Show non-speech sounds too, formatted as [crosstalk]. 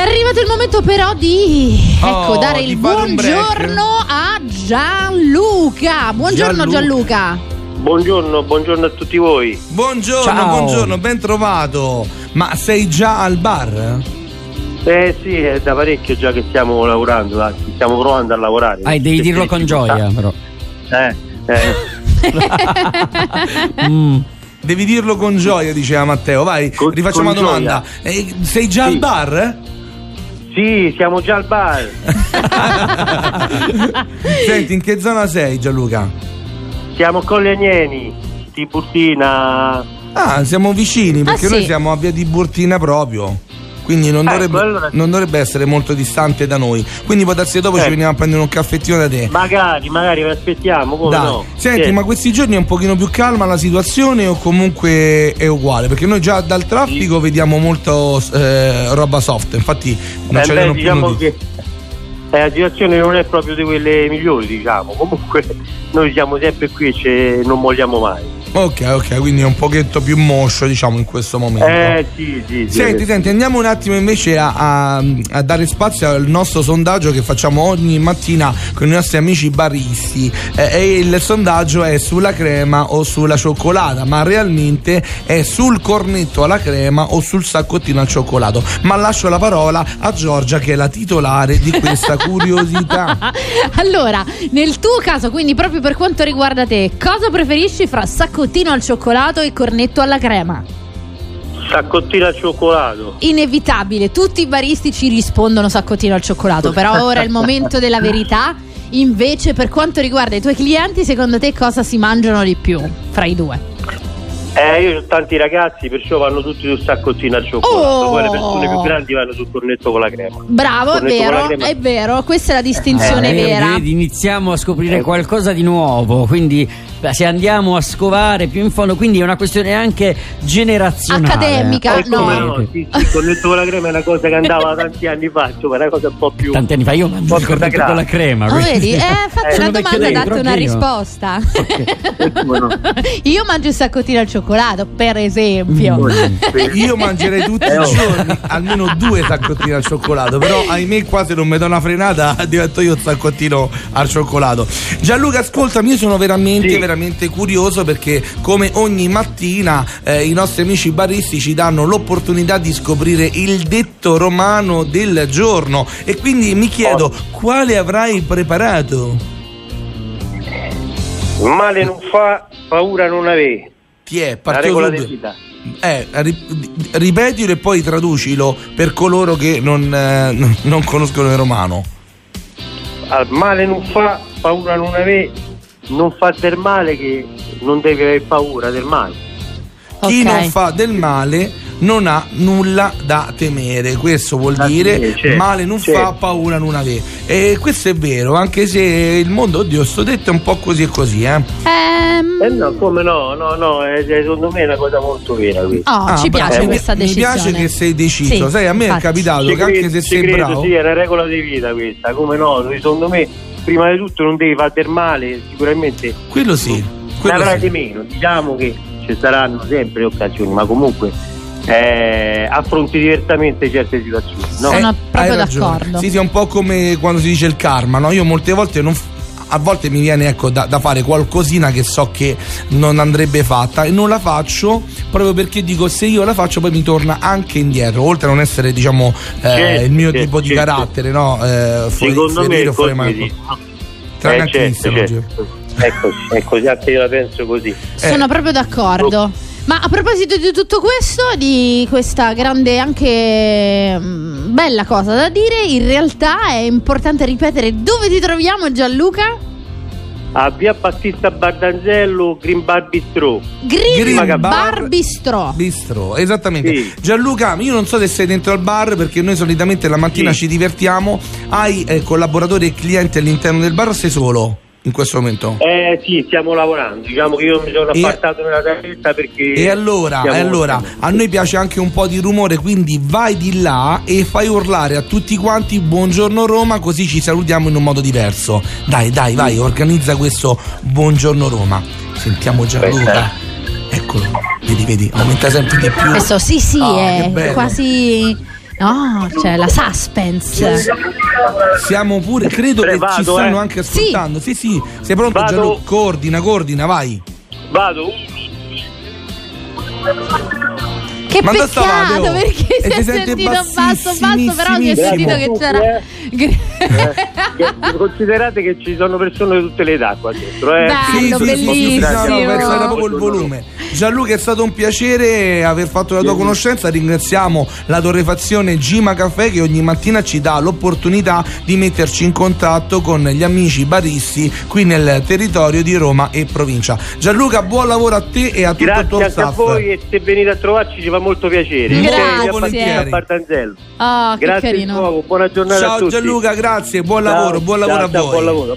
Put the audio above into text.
arrivato il momento però di ecco, Oh, dare di il fare un break. buongiorno a Gianluca. Buongiorno Gianluca. Buongiorno, buongiorno a tutti voi. Buongiorno, Ciao. buongiorno, ben trovato. Ma sei già al bar? Eh sì, è da parecchio già che stiamo lavorando, dai, ci stiamo provando a lavorare. Ah, devi Che dirlo con difficoltà. gioia, però. [laughs] Eh, [laughs] eh, Mm. Devi dirlo con gioia, diceva Matteo. Vai, Con- rifacciamo con una domanda. Eh, sei già Sì. al bar? sì, siamo già al bar. Senti, in che zona sei, Gianluca? Siamo con gli Agneni, Tiburtina. Ah, siamo vicini perché Ah, sì. noi siamo a via di Burtina proprio. Quindi non Ecco, dovrebbe, allora- non dovrebbe essere molto distante da noi. Quindi può darsi che dopo ci Ecco. veniamo a prendere un caffettino da te. Magari, magari vi aspettiamo, come Dai. no? Senti, Sì. Eh, ma questi giorni è un pochino più calma la situazione o comunque è uguale? Perché noi già dal traffico vediamo molto eh, roba soft, infatti non Eh, ce beh, l'hanno più diciamo notizie. che eh, la situazione non è proprio di quelle migliori, diciamo. Comunque noi siamo sempre qui e ce- non molliamo mai. Ok, ok, quindi è un pochetto più moscio diciamo in questo momento. Eh sì, sì, sì. Senti, senti, andiamo un attimo invece a, a- a dare spazio al nostro sondaggio che facciamo ogni mattina con i nostri amici baristi. Eh, e il sondaggio è sulla crema o sulla cioccolata, ma realmente è sul cornetto alla crema o sul saccottino al cioccolato. Ma lascio la parola a Giorgia che è la titolare di [laughs] [laughs] questa curiosità. [laughs] allora, nel tuo caso, quindi proprio per quanto riguarda te, cosa preferisci fra saccottino al cioccolato e cornetto alla crema? Saccottina al cioccolato. Inevitabile, tutti i baristi ci rispondono saccottino al cioccolato, però ora è il momento della verità. Invece, per quanto riguarda i tuoi clienti, secondo te cosa si mangiano di più fra i due? Eh, io ho tanti ragazzi, perciò vanno tutti sul saccottino al cioccolato. Oh! Poi le persone più grandi vanno sul cornetto con la crema. Bravo, è Cornetto con la vero, crema. è vero, questa è la distinzione Eh, vera. vedi, iniziamo a scoprire qualcosa di nuovo, quindi beh, se andiamo a scovare più in fondo, quindi è una questione anche generazionale. Accademica, Eh, Ok, no. come no, ok. sì, sì, il cornetto con la crema è una cosa che [laughs] andava tanti anni fa, insomma, è una cosa un po' più. Tanti anni fa io mangio il Porca cornetto da con la grande. crema. Oh, quindi- [laughs] [laughs] vedi? Eh, fate Sono una domanda vecchio e dentro, date una anch'io. risposta. [laughs] Come no? [laughs] Io mangio il saccottino al cioccolato, per esempio. Mm. Io mangerei tutti [laughs] Eh, i oh. giorni almeno due saccottini al cioccolato, però ahimè qua se non mi do una frenata [laughs] divento io il saccottino al cioccolato. Gianluca, ascoltami, io sono veramente, Sì. veramente curioso perché come ogni mattina eh, i nostri amici baristi ci danno l'opportunità di scoprire il detto romano del giorno e quindi mi chiedo Oh. quale avrai preparato? Male non fa, paura non avere. Ti è La partito regola subito. di vita. Eh, ri- ripetilo e poi traducilo per coloro che non, eh, n- non conoscono il romano. Al male non fa, paura non avere. Non fa del male che non devi avere paura del male. Chi Ok. non fa del male non ha nulla da temere. Questo vuol Da dire temere, certo, male non certo. fa, paura non avere. E questo è vero, anche se il mondo, oddio, sto detto è un po' così e così, eh. Ehm, Eh no, come no, no, no, eh, secondo me è una cosa molto vera questa. oh, Ah, ci bravo, piace mi- questa decisione. Mi piace che sei deciso. Sì, Sai, a me infatti. è capitato Ci che anche credo, se ci sei credo, bravo. Sì, è una regola di vita questa, come no? Secondo me, prima di tutto, non devi far del male, sicuramente Quello sì. ne Quello avrai di sì. meno. Diciamo che ci saranno sempre le occasioni, ma comunque eh, affronti diversamente certe situazioni. No? Sono Eh, proprio hai ragione. d'accordo. Sì, sì, è un po' come quando si dice il karma, no? Io molte volte non. f- A volte mi viene ecco, da, da fare qualcosina che so che non andrebbe fatta e non la faccio proprio perché dico se io la faccio poi mi torna anche indietro, oltre a non essere diciamo eh, Certo, il mio certo, tipo di certo. carattere, no? Eh, fuori- Secondo me ferire è o fuori così. marco. Tranne a Eh, certo, Cristiano, certo. È così, è così, anche io la penso così. Sono Eh. proprio d'accordo. Ma a proposito di tutto questo, di questa grande anche mm, bella cosa da dire, in realtà è importante ripetere dove ti troviamo Gianluca? A via Battista Bardanzello, Green Bar Bistro. Green, Green Bar, Bar Bistro. Bistro, esattamente. Sì. Gianluca, io non so se sei dentro al bar perché noi solitamente la mattina Sì. ci divertiamo. Hai eh, collaboratori e clienti all'interno del bar o sei solo in questo momento? Eh sì, stiamo lavorando. Diciamo che io mi sono E- appartato nella testa perché. E allora, stiamo- e allora, a noi piace anche un po' di rumore, quindi vai di là e fai urlare a tutti quanti buongiorno Roma, così ci salutiamo in un modo diverso. Dai, dai, vai, organizza questo buongiorno Roma. Sentiamo Gianluca. Eccolo, vedi, vedi, aumenta sempre di più. Questo sì sì Ah, che è bello. quasi Oh, c'è la suspense. Siamo pure, credo Pre- che ci vado, stanno eh. anche ascoltando. Sì, sì, sei pronto Vado. Gianluca? Coordina, coordina, vai. Vado. Che Ma dove stavate, peccato oh? perché E si è ti senti sentito basso, basso, però si è bassissimissimissimo. sentito che c'era. Eh, Considerate che ci sono persone di tutte le età qua dentro. Eh. Dai. Sì, Bello, sì, sì, sì, sì, bellissimo. no, no, penso era proprio il volume. Gianluca, è stato un piacere aver fatto la tua conoscenza. Ringraziamo la torrefazione Gima Caffè che ogni mattina ci dà l'opportunità di metterci in contatto con gli amici baristi qui nel territorio di Roma e provincia. Gianluca, buon lavoro a te e a tutto il tuo Grazie anche a staff. voi e se venite a trovarci ci fa molto piacere. Molto Siete gli volentieri. appartenenti a Bartanzello. [laughs] Oh, che Grazie di carino. nuovo, buona giornata a Ciao tutti. Gianluca, grazie, buon Ciao, lavoro, buon ciao, lavoro a ciao, voi. Buon lavoro.